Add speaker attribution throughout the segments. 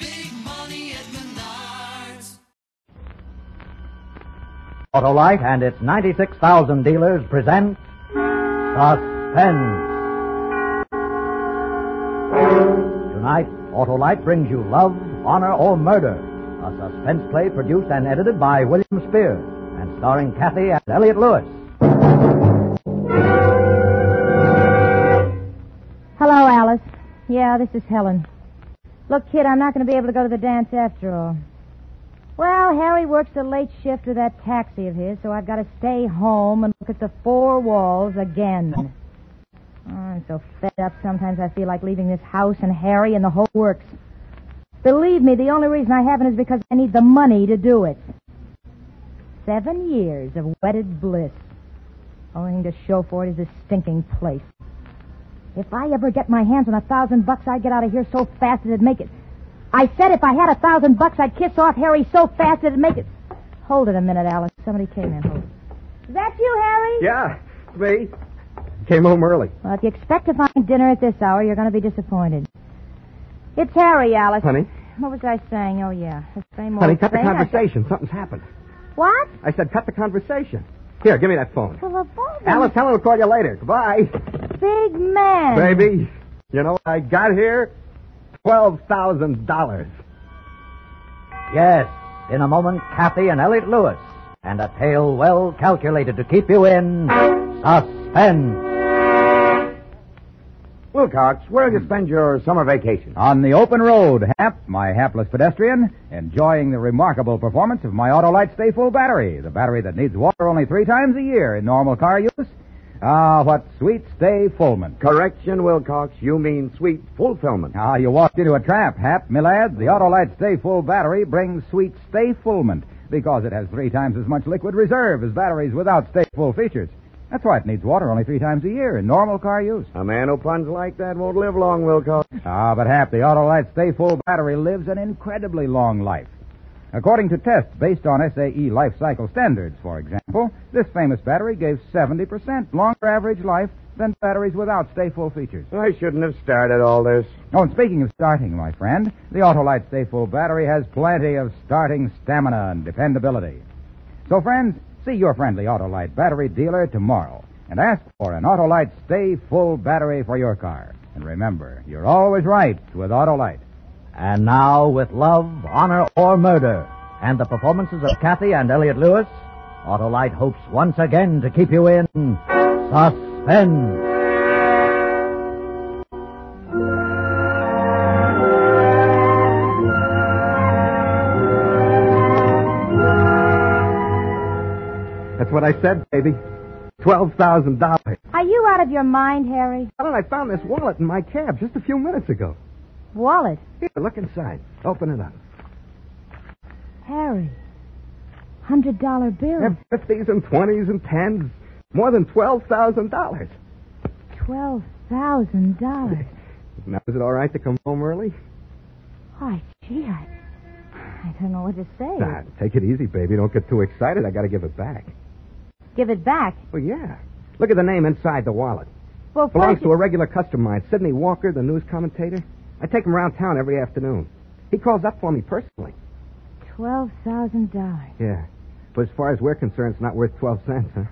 Speaker 1: big money at Menards.
Speaker 2: Autolite and its 96,000 dealers present Suspense. Tonight, Autolite brings you Love, Honor, or Murder, a suspense play produced and edited by William Spears and starring Kathy and Elliot Lewis.
Speaker 3: Hello, Alice. Yeah, this is Helen. Look, kid, I'm not going to be able to go to the dance after all. Well, Harry works a late shift with that taxi of his, so I've got to stay home and look at the four walls again. Oh, I'm so fed up sometimes I feel like leaving this house and Harry and the whole works. Believe me, the only reason I haven't is because I need the money to do it. Seven years of wedded bliss. Only thing to show for it is this stinking place. If I ever get my hands on a thousand bucks, I'd get out of here so fast it'd make it. I said if I had a thousand bucks, I'd kiss off Harry so fast it'd make it. Hold it a minute, Alice. Somebody came in. Hold it. Is that you, Harry?
Speaker 4: Yeah, it's me. Came home early.
Speaker 3: Well, if you expect to find dinner at this hour, you're going to be disappointed. It's Harry, Alice.
Speaker 4: Honey,
Speaker 3: What was I saying? Oh, yeah. The same old
Speaker 4: honey, cut the
Speaker 3: thing. I-
Speaker 4: conversation. Something's happened.
Speaker 3: What?
Speaker 4: I said, cut the conversation. Here, give me that phone.
Speaker 3: Well, of all the
Speaker 4: Alice, Helen will call you later. Goodbye.
Speaker 3: Big man.
Speaker 4: Baby, you know what I got here? $12,000.
Speaker 2: Yes, in a moment, Kathy and Elliot Lewis, and a tale well calculated to keep you in suspense.
Speaker 4: Wilcox, where did you spend your summer vacation?
Speaker 5: On the open road, Hap, my hapless pedestrian, enjoying the remarkable performance of my Autolite Stay Full battery, the battery that needs water only three times a year in normal car use. Ah, what sweet Stay Fullment.
Speaker 4: Correction, Wilcox. You mean sweet fulfillment.
Speaker 5: Ah, you walked into a trap, Hap, me lad. The Autolite Stay Full battery brings sweet Stay Fullment because it has three times as much liquid reserve as batteries without Stay Full features. That's why it needs water only three times a year in normal car use.
Speaker 4: A man who puns like that won't live long, Wilcox.
Speaker 5: Ah, but Hap, the Autolite Stay Full battery lives an incredibly long life. According to tests based on SAE life cycle standards, for example, this famous battery gave 70% longer average life than batteries without Stay Full features.
Speaker 4: I shouldn't have started all this.
Speaker 5: Oh, and speaking of starting, my friend, the Autolite Stay Full battery has plenty of starting stamina and dependability. So, friends, see your friendly Autolite battery dealer tomorrow and ask for an Autolite Stay Full battery for your car. And remember, you're always right with Autolite.
Speaker 2: And now, with Love, Honor, or Murder, and the performances of Kathy and Elliot Lewis, Autolite hopes once again to keep you in suspense.
Speaker 4: That's what I said, baby. $12,000.
Speaker 3: Are you out of your mind, Harry?
Speaker 4: Helen, I found this wallet in my cab just a few minutes ago.
Speaker 3: Wallet.
Speaker 4: Here, look inside. Open it up.
Speaker 3: Harry. Hundred dollar bill.
Speaker 4: Have fifties and twenties and tens. More than twelve thousand dollars.
Speaker 3: Twelve thousand dollars.
Speaker 4: Now is it all right to come home early?
Speaker 3: Why, gee, I, I don't know what to say.
Speaker 4: Nah, take it easy, baby. Don't get too excited. I gotta give it back.
Speaker 3: Give it back.
Speaker 4: Well, yeah. Look at the name inside the wallet.
Speaker 3: Well,
Speaker 4: Belongs
Speaker 3: first
Speaker 4: to a regular customer of mine, Sidney Walker, the news commentator. I take him around town every afternoon. He calls up for me personally.
Speaker 3: twelve thousand dollars.
Speaker 4: Yeah. But as far as we're concerned, it's not worth twelve cents, huh?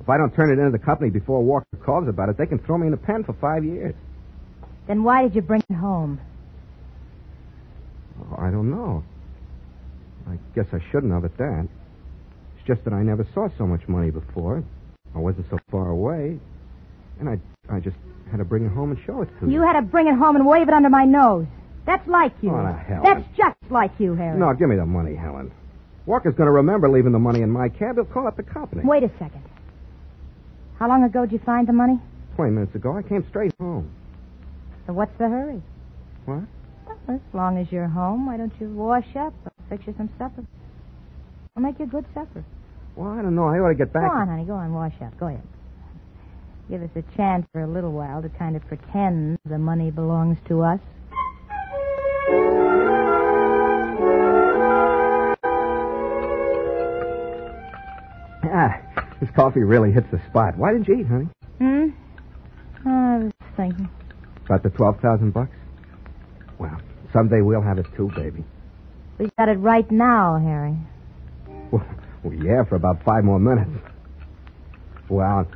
Speaker 4: If I don't turn it into the company before Walker calls about it, they can throw me in the pen for five years.
Speaker 3: Then why did you bring it home?
Speaker 4: Oh, I don't know. I guess I shouldn't have at that. It's just that I never saw so much money before. I wasn't so far away. And I I just had to bring it home and show it to
Speaker 3: You had to bring it home and wave it under my nose. That's like you.
Speaker 4: Oh, now, Helen.
Speaker 3: That's just like you, Harry.
Speaker 4: No, give me the money, Helen. Walker's going to remember leaving the money in my cab. He'll call up the company.
Speaker 3: Wait a second. How long ago did you find the money?
Speaker 4: Twenty minutes ago, I came straight home.
Speaker 3: So what's the hurry?
Speaker 4: What?
Speaker 3: Well, as long as you're home, why don't you wash up or fix you some supper? I'll make you a good supper.
Speaker 4: Well, I don't know. I ought to get back.
Speaker 3: Go on, honey. Go on. Wash up. Go ahead. Give us a chance for a little while to kind of pretend the money belongs to us.
Speaker 4: Ah, this coffee really hits the spot. Why didn't you eat, honey?
Speaker 3: Hmm? Oh, I was thinking.
Speaker 4: About the 12000 bucks? Well, someday we'll have it too, baby.
Speaker 3: We got it right now, Harry.
Speaker 4: Well, well, yeah, for about five more minutes. Well,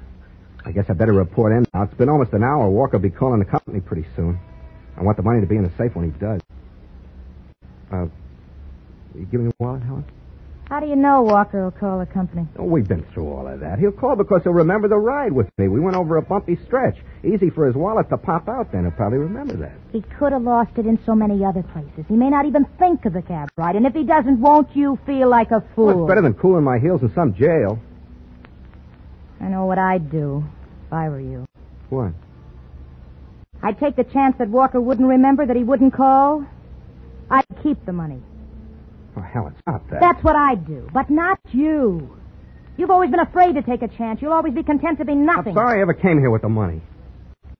Speaker 4: I guess I better report in now. It's been almost an hour. Walker'll be calling the company pretty soon. I want the money to be in the safe when he does. Uh, you give me the wallet, Helen?
Speaker 3: How do you know Walker will call the company?
Speaker 4: Oh, we've been through all of that. He'll call because he'll remember the ride with me. We went over a bumpy stretch. Easy for his wallet to pop out then. He'll probably remember that.
Speaker 3: He could have lost it in so many other places. He may not even think of the cab ride, and if he doesn't, won't you feel like a fool?
Speaker 4: Well, it's better than cooling my heels in some jail.
Speaker 3: I know what I'd do if I were you.
Speaker 4: What?
Speaker 3: I'd take the chance that Walker wouldn't remember, that he wouldn't call. I'd keep the money.
Speaker 4: Oh, Helen, stop that.
Speaker 3: That's what I'd do, but not you. You've always been afraid to take a chance. You'll always be content to be nothing.
Speaker 4: I'm sorry I ever came here with the money.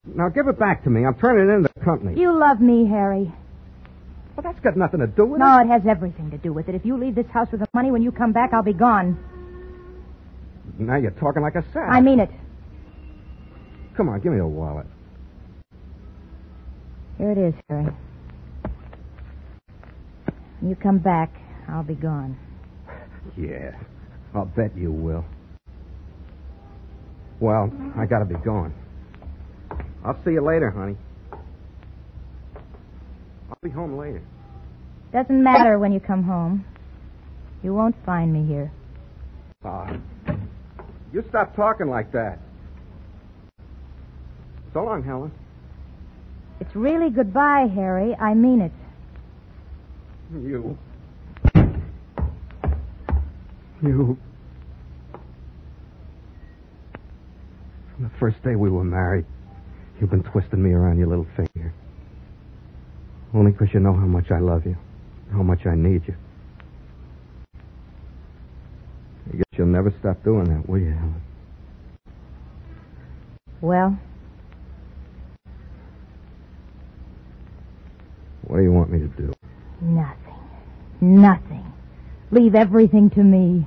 Speaker 4: Now give it back to me. I'm turning it into the company.
Speaker 3: You love me, Harry.
Speaker 4: Well, that's got nothing to do with
Speaker 3: No,
Speaker 4: it.
Speaker 3: it has everything to do with it. If you leave this house with the money when you come back, I'll be gone.
Speaker 4: Now you're talking like a sap.
Speaker 3: I mean it.
Speaker 4: Come on, give me the wallet.
Speaker 3: Here it is, Harry. When you come back, I'll be gone.
Speaker 4: Yeah, I'll bet you will. Well, I gotta be going. I'll see you later, honey. I'll be home later.
Speaker 3: Doesn't matter when you come home. You won't find me here.
Speaker 4: Ah, you stop talking like that. So long, Helen.
Speaker 3: It's really goodbye, Harry. I mean it.
Speaker 4: You. You. From the first day we were married, you've been twisting me around your little finger. Only 'cause you know how much I love you, how much I need you. I guess you'll never stop doing that, will you, Helen?
Speaker 3: Well,
Speaker 4: What do you want me to do?
Speaker 3: nothing. Nothing. Leave everything to me.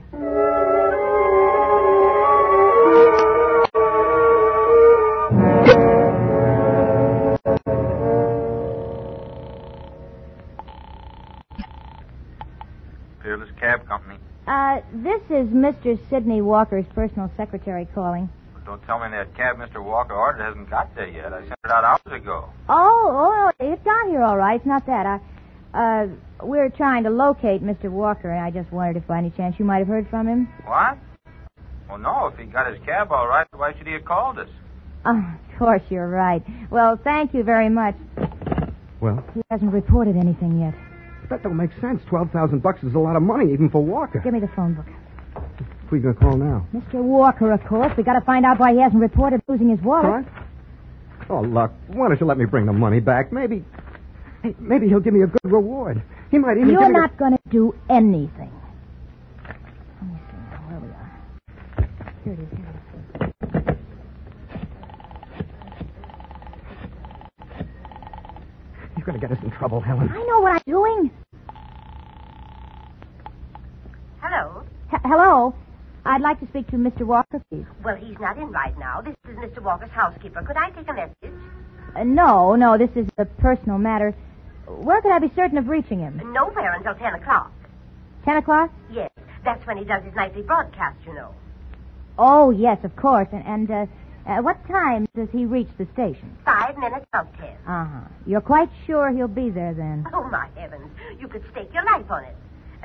Speaker 6: Peerless Cab Company.
Speaker 3: Uh, this is Mr. Sidney Walker's personal secretary calling.
Speaker 6: But don't tell me that cab Mr. Walker ordered hasn't got there yet. I sent it out hours ago.
Speaker 3: Oh, oh, it got here all right. It's not that. I, uh, we're trying to locate Mr. Walker, and I just wondered if by any chance you might have heard from him.
Speaker 6: What? Well, no. If he got his cab all right, why should he have called us?
Speaker 3: Oh, of course, you're right. Well, thank you very much.
Speaker 4: Well,
Speaker 3: He hasn't reported anything yet.
Speaker 4: that don't make sense. Twelve thousand bucks is a lot of money, even for Walker.
Speaker 3: Give me the phone book.
Speaker 4: Who are you gonna call now?
Speaker 3: Mr. Walker, of course. We gotta find out why he hasn't reported losing his wallet.
Speaker 4: What? Oh, look, why don't you let me bring the money back? Maybe. hey, Maybe he'll give me a good reward. He might even
Speaker 3: You're
Speaker 4: give me.
Speaker 3: not gonna do anything. Let me see now where we are. Here it is. Here it is.
Speaker 4: The... He's going to get us in trouble, Helen.
Speaker 3: I know what I'm doing.
Speaker 7: Hello.
Speaker 3: H- hello. I'd like to speak to Mr. Walker, please.
Speaker 7: Well, he's not in right now. This is Mr. Walker's housekeeper. Could I take a message?
Speaker 3: Uh, no, no, this is a personal matter. Where could I be certain of reaching him?
Speaker 7: Nowhere until 10 o'clock.
Speaker 3: Ten o'clock?
Speaker 7: Yes, that's when he does his nightly broadcast, you know.
Speaker 3: Oh, yes, of course. And, and uh, uh, what time does he reach the station?
Speaker 7: Five minutes of 10.
Speaker 3: Uh huh. You're quite sure he'll be there then?
Speaker 7: Oh, my heavens. You could stake your life on it.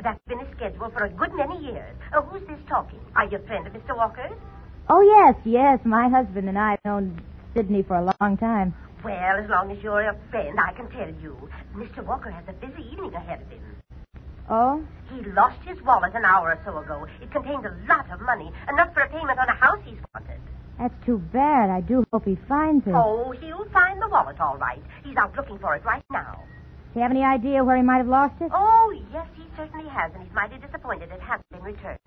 Speaker 7: That's been his schedule for a good many years. Uh, who's this talking? Are you a friend of Mr. Walker's?
Speaker 3: Oh, yes, yes. My husband and I have known Sidney for a long time.
Speaker 7: Well, as long as you're a friend, I can tell you. Mr. Walker has a busy evening ahead of him.
Speaker 3: Oh?
Speaker 7: He lost his wallet an hour or so ago. It contained a lot of money, enough for a payment on a house he's wanted.
Speaker 3: That's too bad. I do hope he finds it.
Speaker 7: Oh, he'll find the wallet all right. He's out looking for it right now.
Speaker 3: Do you have any idea where he might have lost it?
Speaker 7: Oh, yes, he certainly has, and he's mighty disappointed it hasn't been returned.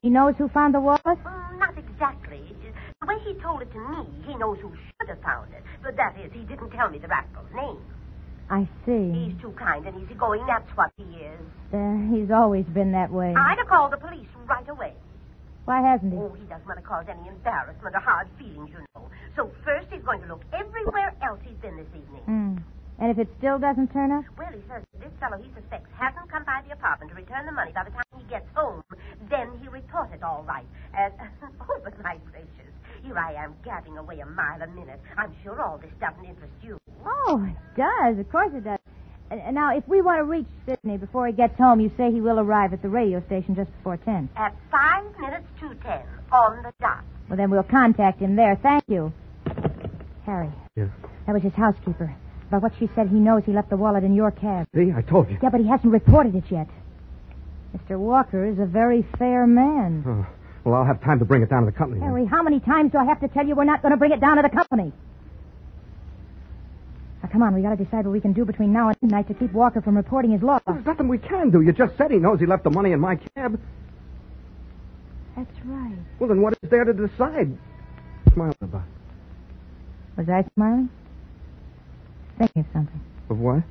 Speaker 3: He knows who found the wallet?
Speaker 7: Mm, not exactly. The way he told it to me, he knows who should have found it. But that is, he didn't tell me the rascal's name.
Speaker 3: I see.
Speaker 7: He's too kind and easygoing, that's what he is.
Speaker 3: Uh, he's always been that way.
Speaker 7: I'd have called the police right away.
Speaker 3: Why hasn't he?
Speaker 7: Oh, he doesn't want to cause any embarrassment or hard feelings, you know. So first he's going to look everywhere else he's been this evening.
Speaker 3: Hmm. And if it still doesn't turn up?
Speaker 7: Well, he says this fellow he suspects hasn't come by the apartment to return the money by the time he gets home. Then he report it all right. And, oh, but my gracious, here I am gabbing away a mile a minute. I'm sure all this doesn't interest you.
Speaker 3: Oh, it does. Of course it does. Uh, uh, Now, if we want to reach Sidney before he gets home, you say he will arrive at the radio station just before 10.
Speaker 7: At five minutes to ten, on the dot.
Speaker 3: Well, then we'll contact him there. Thank you. Harry.
Speaker 4: Yeah.
Speaker 3: That was his housekeeper. About what she said, he knows he left the wallet in your cab.
Speaker 4: See, I told you.
Speaker 3: Yeah, but he hasn't reported it yet. Mr. Walker is a very fair man.
Speaker 4: Oh, well, I'll have time to bring it down to the company. then.
Speaker 3: Harry, how many times do I have to tell you we're not going to bring it down to the company? Now, come on, we got to decide what we can do between now and midnight to keep Walker from reporting his loss.
Speaker 4: There's nothing we can do. You just said he knows he left the money in my cab.
Speaker 3: That's right.
Speaker 4: Well, then what is there to decide? Smiling about.
Speaker 3: Was I smiling? Thinking of something.
Speaker 4: Of what?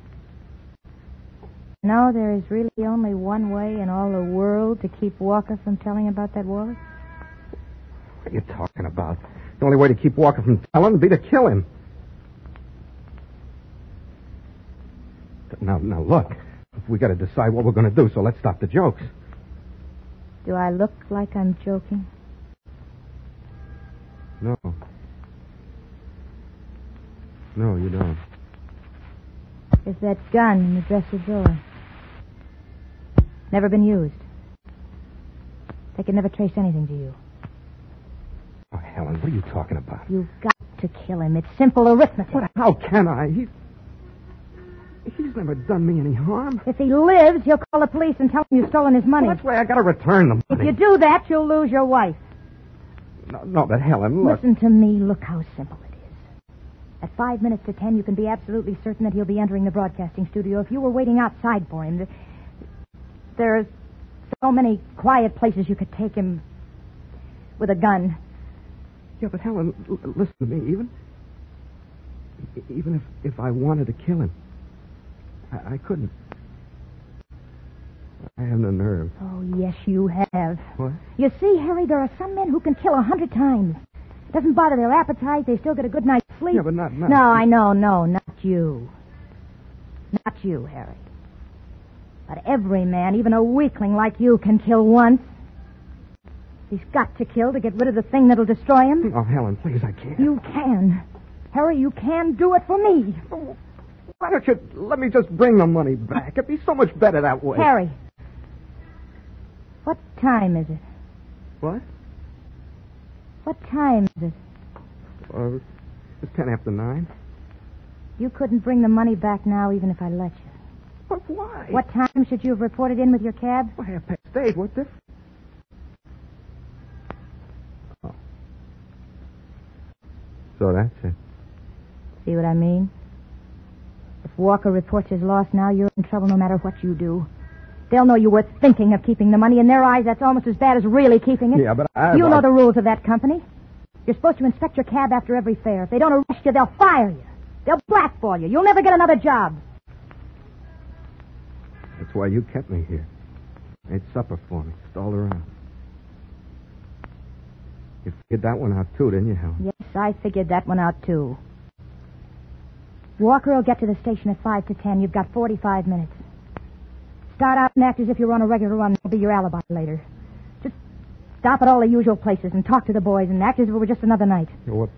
Speaker 3: No, there is really only one way in all the world to keep Walker from telling about that wallet.
Speaker 4: What are you talking about? The only way to keep Walker from telling would be to kill him. Now, now look. We got to decide what we're going to do, so let's stop the jokes.
Speaker 3: Do I look like I'm joking?
Speaker 4: No. No, you don't.
Speaker 3: There's that gun in the dresser drawer. Never been used. They could never trace anything to you.
Speaker 4: Oh, Helen, what are you talking about?
Speaker 3: You've got to kill him. It's simple arithmetic.
Speaker 4: What? How can I? He, he's never done me any harm.
Speaker 3: If he lives, he'll call the police and tell them you've stolen his money.
Speaker 4: Well, that's why I got to return the
Speaker 3: if
Speaker 4: money.
Speaker 3: you do that, you'll lose your wife.
Speaker 4: No, no, but Helen, look.
Speaker 3: Listen to me. Look how simple it is. At five minutes to ten, you can be absolutely certain that he'll be entering the broadcasting studio. If you were waiting outside for him, th- there's so many quiet places you could take him with a gun.
Speaker 4: Yeah, but Helen, l- listen to me. Even, e- even if if I wanted to kill him, I, I couldn't. I have no nerve.
Speaker 3: Oh, yes, you have.
Speaker 4: What?
Speaker 3: You see, Harry, there are some men who can kill a hundred times. Doesn't bother their appetite. They still get a good night's sleep.
Speaker 4: Yeah, but not- not-
Speaker 3: No, I know, no, not you. Not you, Harry. But every man, even a weakling like you, can kill once. He's got to kill to get rid of the thing that'll destroy him.
Speaker 4: Oh, Helen, please, I can't.
Speaker 3: You can. Harry, you can do it for me.
Speaker 4: Why don't you let me just bring the money back? It'd be so much better that way.
Speaker 3: Harry. What time is it?
Speaker 4: What?
Speaker 3: What time is it?
Speaker 4: Uh, it's ten after nine.
Speaker 3: You couldn't bring the money back now, even if I let you.
Speaker 4: But why?
Speaker 3: What time should you have reported in with your cab?
Speaker 4: Well, half past eight. What difference? Oh. So that's it.
Speaker 3: See what I mean? If Walker reports his loss now, you're in trouble no matter what you do. They'll know you were thinking of keeping the money. In their eyes, that's almost as bad as really keeping it.
Speaker 4: Yeah, but I-
Speaker 3: You
Speaker 4: I-
Speaker 3: know the rules of that company. You're supposed to inspect your cab after every fare. If they don't arrest you, they'll fire you. They'll blackball you. You'll never get another job.
Speaker 4: That's why you kept me here. Made supper for me, stalled around. You figured that one out too, didn't you, Helen?
Speaker 3: Yes, I figured that one out, too. Walker will get to the station at 5 to 10. You've got 45 minutes. Start out and act as if you're on a regular run. That'll be your alibi later. Just stop at all the usual places and talk to the boys and act as if it were just another night.
Speaker 4: What,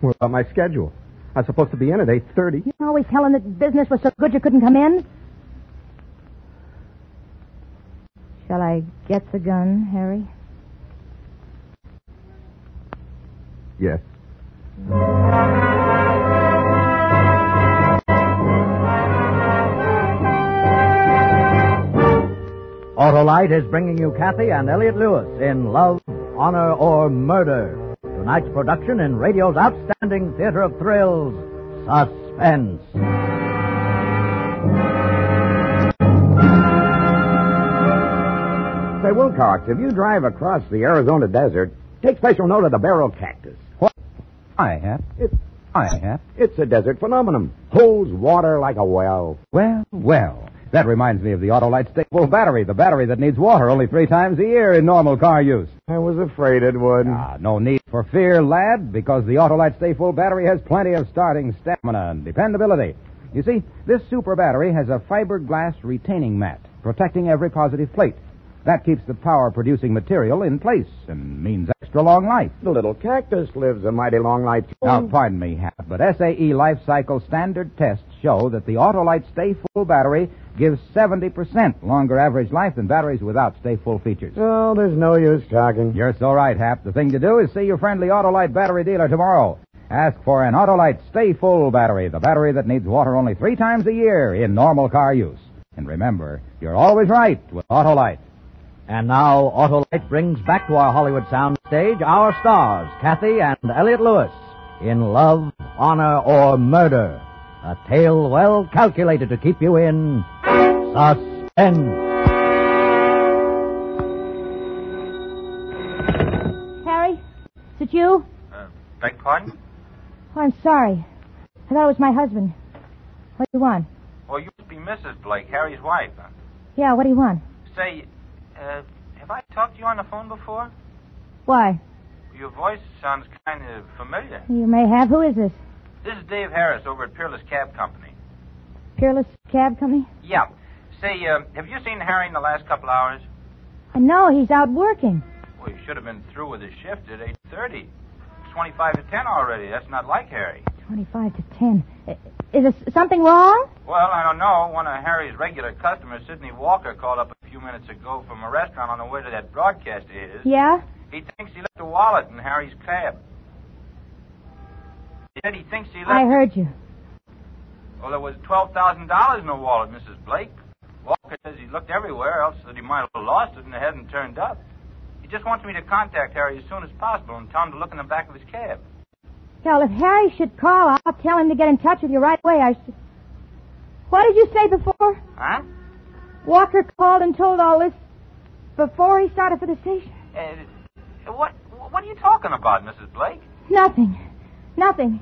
Speaker 4: what about my schedule? I was supposed to be in at eight thirty.
Speaker 3: You always telling that business was so good you couldn't come in? Shall I get the gun, Harry?
Speaker 4: Yes.
Speaker 2: Autolite is bringing you Kathy and Elliot Lewis in Love, Honor, or Murder. Tonight's production in radio's outstanding theater of thrills, Suspense.
Speaker 4: Say, Wilcox, if you drive across the Arizona desert, take special note of the barrel cactus.
Speaker 5: I have.
Speaker 4: It,
Speaker 5: I have.
Speaker 4: it's a desert phenomenon. Holds water like a well.
Speaker 5: Well, well. That reminds me of the Autolite stable battery, the battery that needs water only three times a year in normal car use.
Speaker 4: I was afraid it would.
Speaker 5: Ah, no need for fear, lad, because the Autolite Stay Full battery has plenty of starting stamina and dependability. You see, this super battery has a fiberglass retaining mat protecting every positive plate. That keeps the power producing material in place and means extra long life.
Speaker 4: The little cactus lives a mighty long life.
Speaker 5: Now, pardon me, Hap, but SAE life cycle standard tests show that the Autolite Stay Full battery gives 70% longer average life than batteries without Stay Full features.
Speaker 4: Oh, there's no use talking.
Speaker 5: You're so right, Hap. The thing to do is see your friendly Autolite battery dealer tomorrow. Ask for an Autolite Stay Full battery, the battery that needs water only three times a year in normal car use. And remember, you're always right with Autolite.
Speaker 2: And now Autolite brings back to our Hollywood soundstage our stars, Kathy and Elliot Lewis, in Love, Honor, or Murder. A tale well calculated to keep you in suspense.
Speaker 3: Harry, is it you?
Speaker 6: Uh, beg pardon?
Speaker 3: Oh, I'm sorry. I thought it was my husband. What do you want?
Speaker 6: Well, you must be Mrs. Blake, Harry's wife.
Speaker 3: Yeah, what do you want?
Speaker 6: Say, uh, have I talked to you on the phone before?
Speaker 3: Why?
Speaker 6: Your voice sounds kind of familiar.
Speaker 3: You may have. Who is this?
Speaker 6: This is Dave Harris over at Peerless Cab Company.
Speaker 3: Peerless Cab Company?
Speaker 6: Yeah. Say, uh, have you seen Harry in the last couple hours?
Speaker 3: Uh, No, he's out working.
Speaker 6: Well, he should have been through with his shift at 8.30. It's 25 to 10 already. That's not like Harry.
Speaker 3: 25 to 10. I- Is there s- something wrong?
Speaker 6: Well, I don't know. One of Harry's regular customers, Sidney Walker, called up a few minutes ago from a restaurant on the way to that broadcast of his.
Speaker 3: Yeah?
Speaker 6: He thinks he left a wallet in Harry's cab. He said he thinks he left...
Speaker 3: I heard you.
Speaker 6: Well, there was $12,000 in the wallet, Mrs. Blake. Walker says he looked everywhere, else that he might have lost it and it hadn't turned up. He just wants me to contact Harry as soon as possible and tell him to look in the back of his cab.
Speaker 3: Well, if Harry should call, I'll tell him to get in touch with you right away. I. s- What did you say before?
Speaker 6: Huh?
Speaker 3: Walker called and told all this before he started for the station?
Speaker 6: Uh, what, what are you talking about, Mrs. Blake?
Speaker 3: Nothing. Nothing.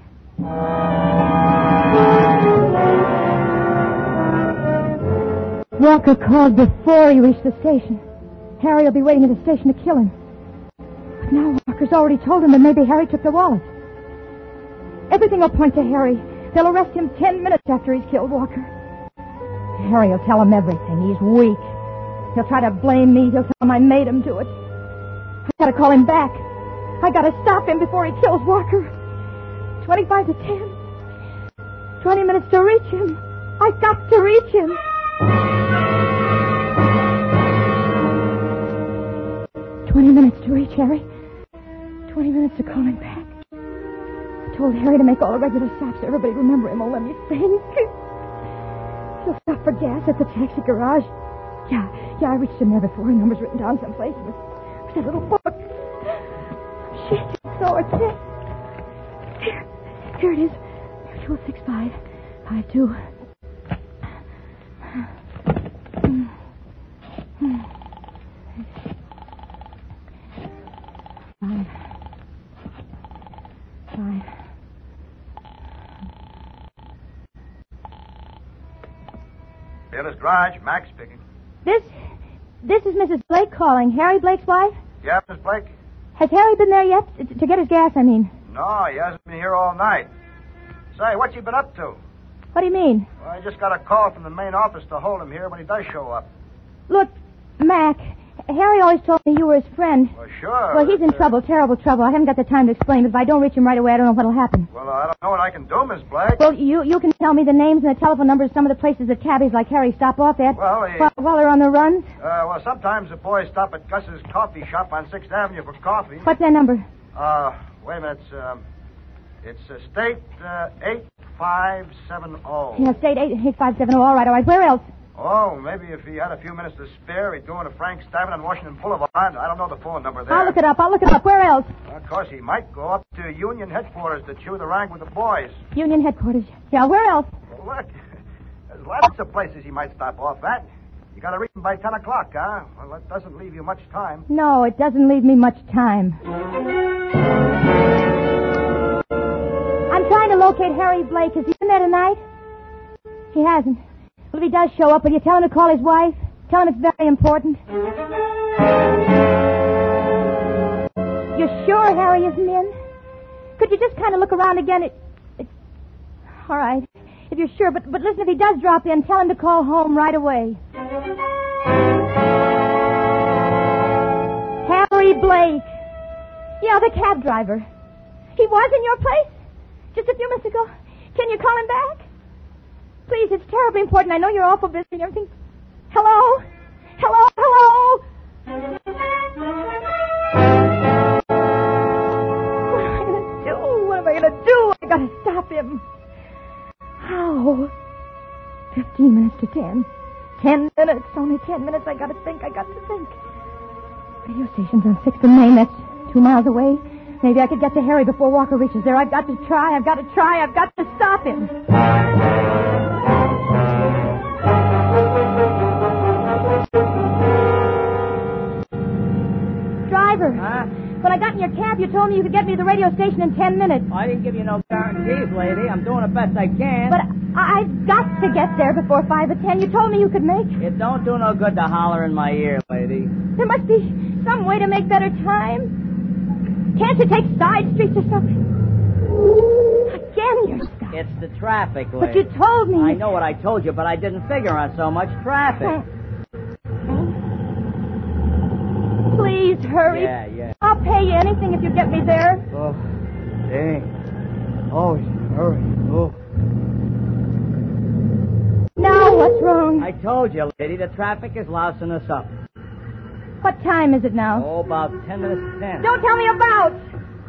Speaker 3: Walker called before he reached the station. Harry will be waiting at the station to kill him. But now Walker's already told him that maybe Harry took the wallet. Everything will point to Harry. They'll arrest him ten minutes after he's killed Walker. Harry will tell him everything. He's weak. He'll try to blame me. He'll tell him I made him do it. I gotta call him back. I gotta stop him before he kills Walker. 25 to 10. 20 minutes to reach him. I got to reach him. Twenty minutes to reach Harry. Twenty minutes to call him back. I told Harry to make all the regular stops so everybody remember him. Oh, let me think. He'll stop for gas at the taxi garage. Yeah, yeah, I reached him there before. His number's written down someplace. It was, it was that little book. I'm shaking so I can't. Here, here it is. Two oh six five five two. Five. Five.
Speaker 6: Phyllis Garage, Max speaking.
Speaker 3: This, this is Mrs. Blake calling. Harry Blake's wife.
Speaker 6: Yeah, Mrs. Blake?
Speaker 3: Has Harry been there yet T- to get his gas? I mean,
Speaker 6: No, he hasn't been here all night. Say, what's he been up to?
Speaker 3: what do you mean?
Speaker 6: Well, I just got a call from the main office to hold him here when he does show up.
Speaker 3: Look, Mac. Harry always told me you were his friend.
Speaker 6: Well, sure.
Speaker 3: Well, he's in
Speaker 6: Uh,
Speaker 3: trouble, terrible trouble. I haven't got the time to explain, but if I don't reach him right away, I don't know what'll happen.
Speaker 6: Well, I don't know what I can do, Miss Blake.
Speaker 3: Well, you you can tell me the names and the telephone numbers of some of the places that cabbies like Harry stop off at
Speaker 6: Well, he-
Speaker 3: while, while they're on the runs.
Speaker 6: Uh, well, sometimes the boys stop at Gus's coffee shop on 6th Avenue for coffee.
Speaker 3: What's their number?
Speaker 6: Uh, wait a minute. It's, um, it's uh, State uh, 8570.
Speaker 3: Yeah, state eight eight five seven. Oh, all right, all right. Where else?
Speaker 6: Oh, maybe if he had a few minutes to spare, he'd go into Frank's Tavern on Washington Boulevard. I don't know the phone number there.
Speaker 3: I'll look it up. I'll look it up. Where else?
Speaker 6: Of course, he might go up to Union headquarters to chew the rag with the boys.
Speaker 3: Union headquarters. Yeah, where else?
Speaker 6: Well, look, there's lots of places he might stop off at. You got to reach him by 10 o'clock, huh? Well, that doesn't leave you much time.
Speaker 3: No, it doesn't leave me much time. I'm trying to locate Harry Blake. Has he been there tonight? He hasn't. Well, if he does show up, will you tell him to call his wife? Tell him it's very important. You're sure Harry isn't in? Could you just kind of look around again? It, it, all right, if you're sure. But but listen, if he does drop in, tell him to call home right away. Harry Blake. Yeah, the cab driver. He was in your place just a few minutes ago. Can you call him back? Please, it's terribly important. I know you're awful busy and everything. Hello? Hello? Hello? What am I gonna do? What am I gonna do? I gotta stop him. How? Fifteen minutes to ten. Ten minutes. Only ten minutes. I gotta think. I got to think. Radio station's on Sixth and Main. That's two miles away. Maybe I could get to Harry before Walker reaches there. I've got to try. I've got to try. I've got to stop him. Driver.
Speaker 8: Huh?
Speaker 3: When I got in your cab, you told me you could get me to the radio station in ten minutes.
Speaker 8: I didn't give you no guarantees, lady. I'm doing the best I can.
Speaker 3: But I- I've got to get there before five or ten. You told me you could make.
Speaker 8: it don't do no good to holler in my ear, lady.
Speaker 3: There must be some way to make better time. Can't you take side streets or something? Again, you're stuck.
Speaker 8: It's the traffic, lady.
Speaker 3: But you told me.
Speaker 8: I know what I told you, but I didn't figure on so much traffic.
Speaker 3: Please hurry.
Speaker 8: Yeah, yeah.
Speaker 3: I'll pay you anything if you get me there.
Speaker 8: Oh, dang. Always hurry. Oh.
Speaker 3: Now, what's wrong?
Speaker 8: I told you, lady, the traffic is lousing us up.
Speaker 3: What time is it now?
Speaker 8: Oh, about ten minutes to ten.
Speaker 3: Don't tell me about.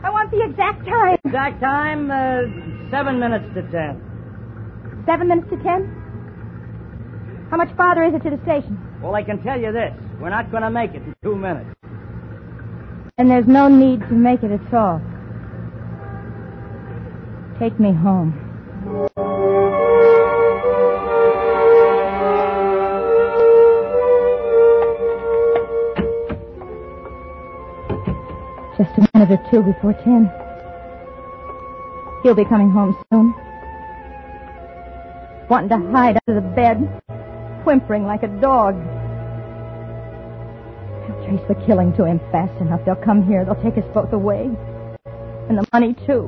Speaker 3: I want the exact time.
Speaker 8: Exact time, uh, seven minutes to ten.
Speaker 3: Seven minutes to ten? How much farther is it to the station?
Speaker 8: Well, I can tell you this. We're not going to make it in two minutes.
Speaker 3: And there's no need to make it at all. Take me home. Just a minute or two before ten. He'll be coming home soon. Wanting to hide under the bed, whimpering like a dog. They'll trace the killing to him fast enough. They'll come here. They'll take us both away. And the money, too.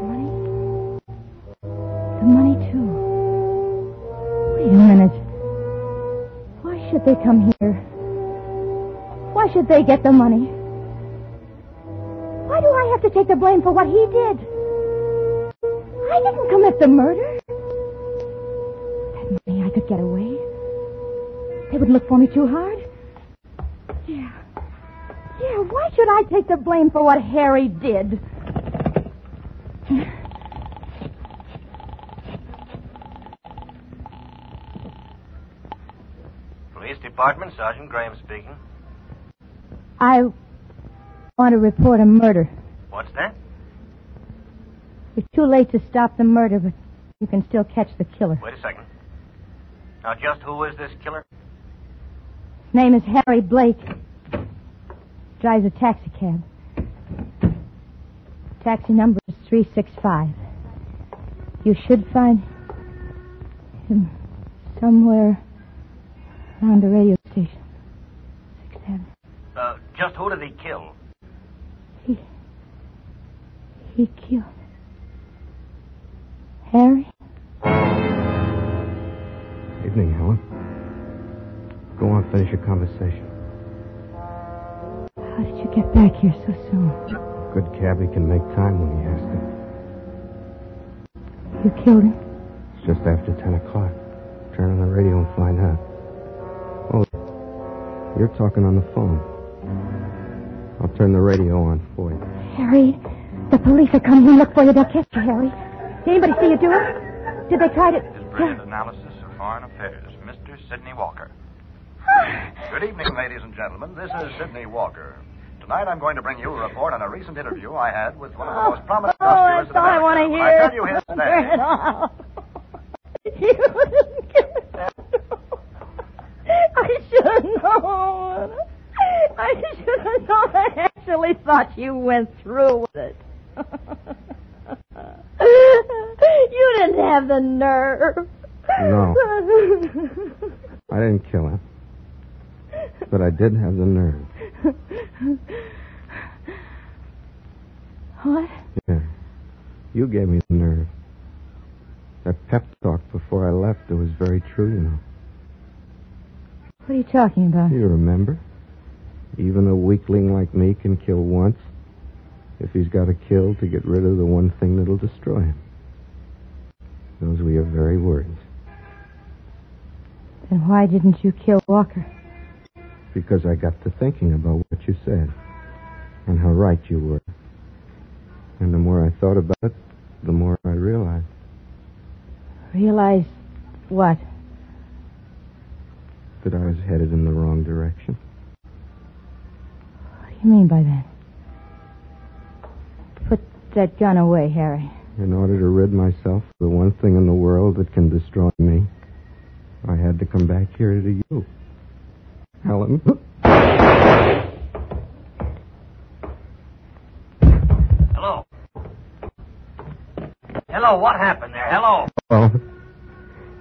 Speaker 3: Money? The money, too. Wait a minute. Why should they come here? Why should they get the money? Why do I have to take the blame for what he did? I didn't commit the murder. That money, I could get away. They would look for me too hard. Yeah. Yeah, why should I take the blame for what Harry did?
Speaker 6: Police Department, Sergeant Graham speaking.
Speaker 3: I want to report a murder.
Speaker 6: What's that?
Speaker 3: It's too late to stop the murder, but you can still catch the killer.
Speaker 6: Wait a second. Now, just who is this killer?
Speaker 3: His name is Harry Blake. Drives a taxi cab. Taxi number is 365. You should find him somewhere around the radio station. Sixth Avenue.
Speaker 6: Uh, just who did he kill?
Speaker 3: He. He killed. Harry?
Speaker 4: Evening, Helen. Go on, finish your conversation.
Speaker 3: How did you get back here so soon?
Speaker 4: Good cabbie can make time when he has to.
Speaker 3: You killed him?
Speaker 4: It's just after 10 o'clock. Turn on the radio and find out. Oh, you're talking on the phone. I'll turn the radio on for you.
Speaker 3: Harry? The police are coming to look for you. They'll catch you, Harry. Did anybody see you do it? Did they try to.
Speaker 6: His brand analysis of foreign affairs, Mr. Sidney Walker. Good evening, ladies and gentlemen. This is Sidney Walker. Tonight I'm going to bring you a report on a recent interview I had with one of the most prominent
Speaker 3: Oh,
Speaker 6: prosecutors
Speaker 3: that's all I
Speaker 6: of
Speaker 3: want to
Speaker 6: America.
Speaker 3: hear.
Speaker 6: When I tell you his
Speaker 3: Turn
Speaker 6: name.
Speaker 3: it off. you didn't kill
Speaker 9: I should have known. I actually thought you went through with it. you didn't have the nerve.
Speaker 4: No. I didn't kill her. But I did have the nerve.
Speaker 9: what?
Speaker 4: Yeah. You gave me the nerve. That pep talk before I left, it was very true, you know.
Speaker 9: What are you talking about?
Speaker 4: You remember? Even a weakling like me can kill once if he's got to kill to get rid of the one thing that'll destroy him. Those were your very words.
Speaker 9: Then why didn't you kill Walker?
Speaker 4: Because I got to thinking about what you said and how right you were. And the more I thought about it, the more I realized.
Speaker 9: Realize what?
Speaker 4: that I was headed in the wrong direction.
Speaker 9: What do you mean by that? Put that gun away, Harry.
Speaker 4: In order to rid myself of the one thing in the world that can destroy me, I had to come back here to you. Helen.
Speaker 10: Hello. Hello, what happened there? Hello.
Speaker 4: Oh.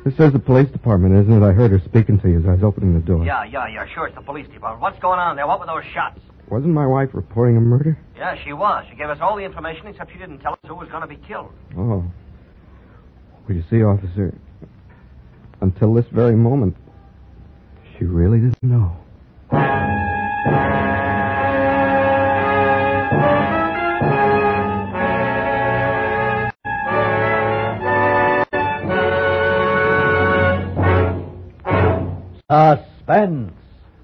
Speaker 4: This is the police department, isn't it? I heard her speaking to you as I was opening the door.
Speaker 10: Yeah, yeah, yeah, sure, it's the police department. What's going on there? What were those shots?
Speaker 4: Wasn't my wife reporting a murder?
Speaker 10: Yeah, she was. She gave us all the information, except she didn't tell us who was going to be killed.
Speaker 4: Oh. Well, you see, officer, until this very moment, she really didn't know.
Speaker 11: Suspense,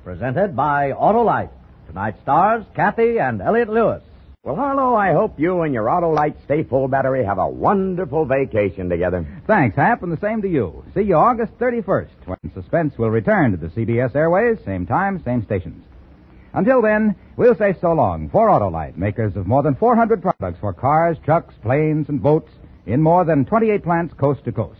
Speaker 11: presented by Autolite. Tonight stars Kathy and Elliot Lewis.
Speaker 12: Well, Harlow, I hope you and your Autolite Stay Full battery have a wonderful vacation together.
Speaker 6: Thanks, Hap, and the same to you. See you August 31st, when Suspense will return to the CBS airways, same time, same stations. Until then, we'll say so long for Autolite, makers of more than 400 products for cars, trucks, planes, and boats in more than 28 plants coast to coast.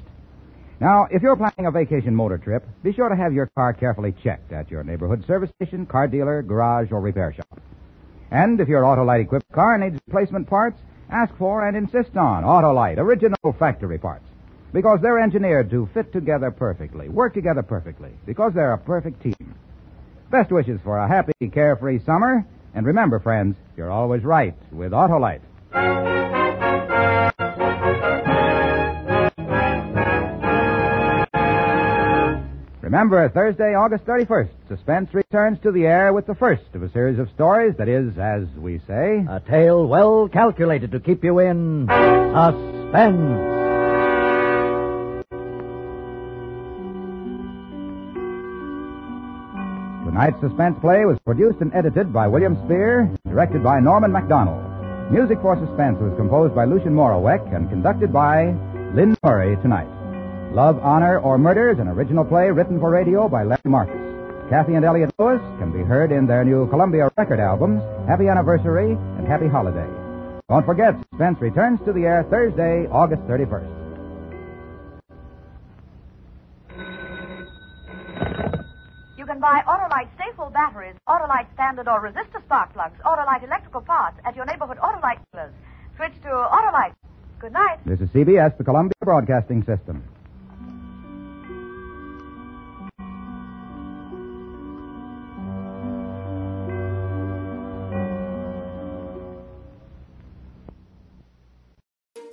Speaker 6: Now, if you're planning a vacation motor trip, be sure to have your car carefully checked at your neighborhood service station, car dealer, garage, or repair shop. And if your Autolite equipped car needs replacement parts, ask for and insist on Autolite original factory parts. Because they're engineered to fit together perfectly, work together perfectly, because they're a perfect team. Best wishes for a happy, carefree summer, and remember, friends, you're always right with Autolite. Remember, Thursday, August 31st, Suspense returns to the air with the first of a series of stories that is, as we say,
Speaker 11: A tale well calculated to keep you in suspense.
Speaker 6: Tonight's suspense play was produced and edited by William Spear, directed by Norman MacDonald. Music for Suspense was composed by Lucian Morawek and conducted by Lynn Murray tonight. Love, Honor, or Murder is an original play written for radio by Larry Marcus. Kathy and Elliot Lewis can be heard in their new Columbia record albums, Happy Anniversary and Happy Holiday. Don't forget, Suspense returns to the air Thursday, August 31st.
Speaker 7: You can buy Autolite Stayful batteries, Autolite standard or resistor spark plugs, Autolite electrical parts at your neighborhood Autolite dealers. Switch to Autolite. Good night.
Speaker 6: This is CBS, the Columbia Broadcasting System.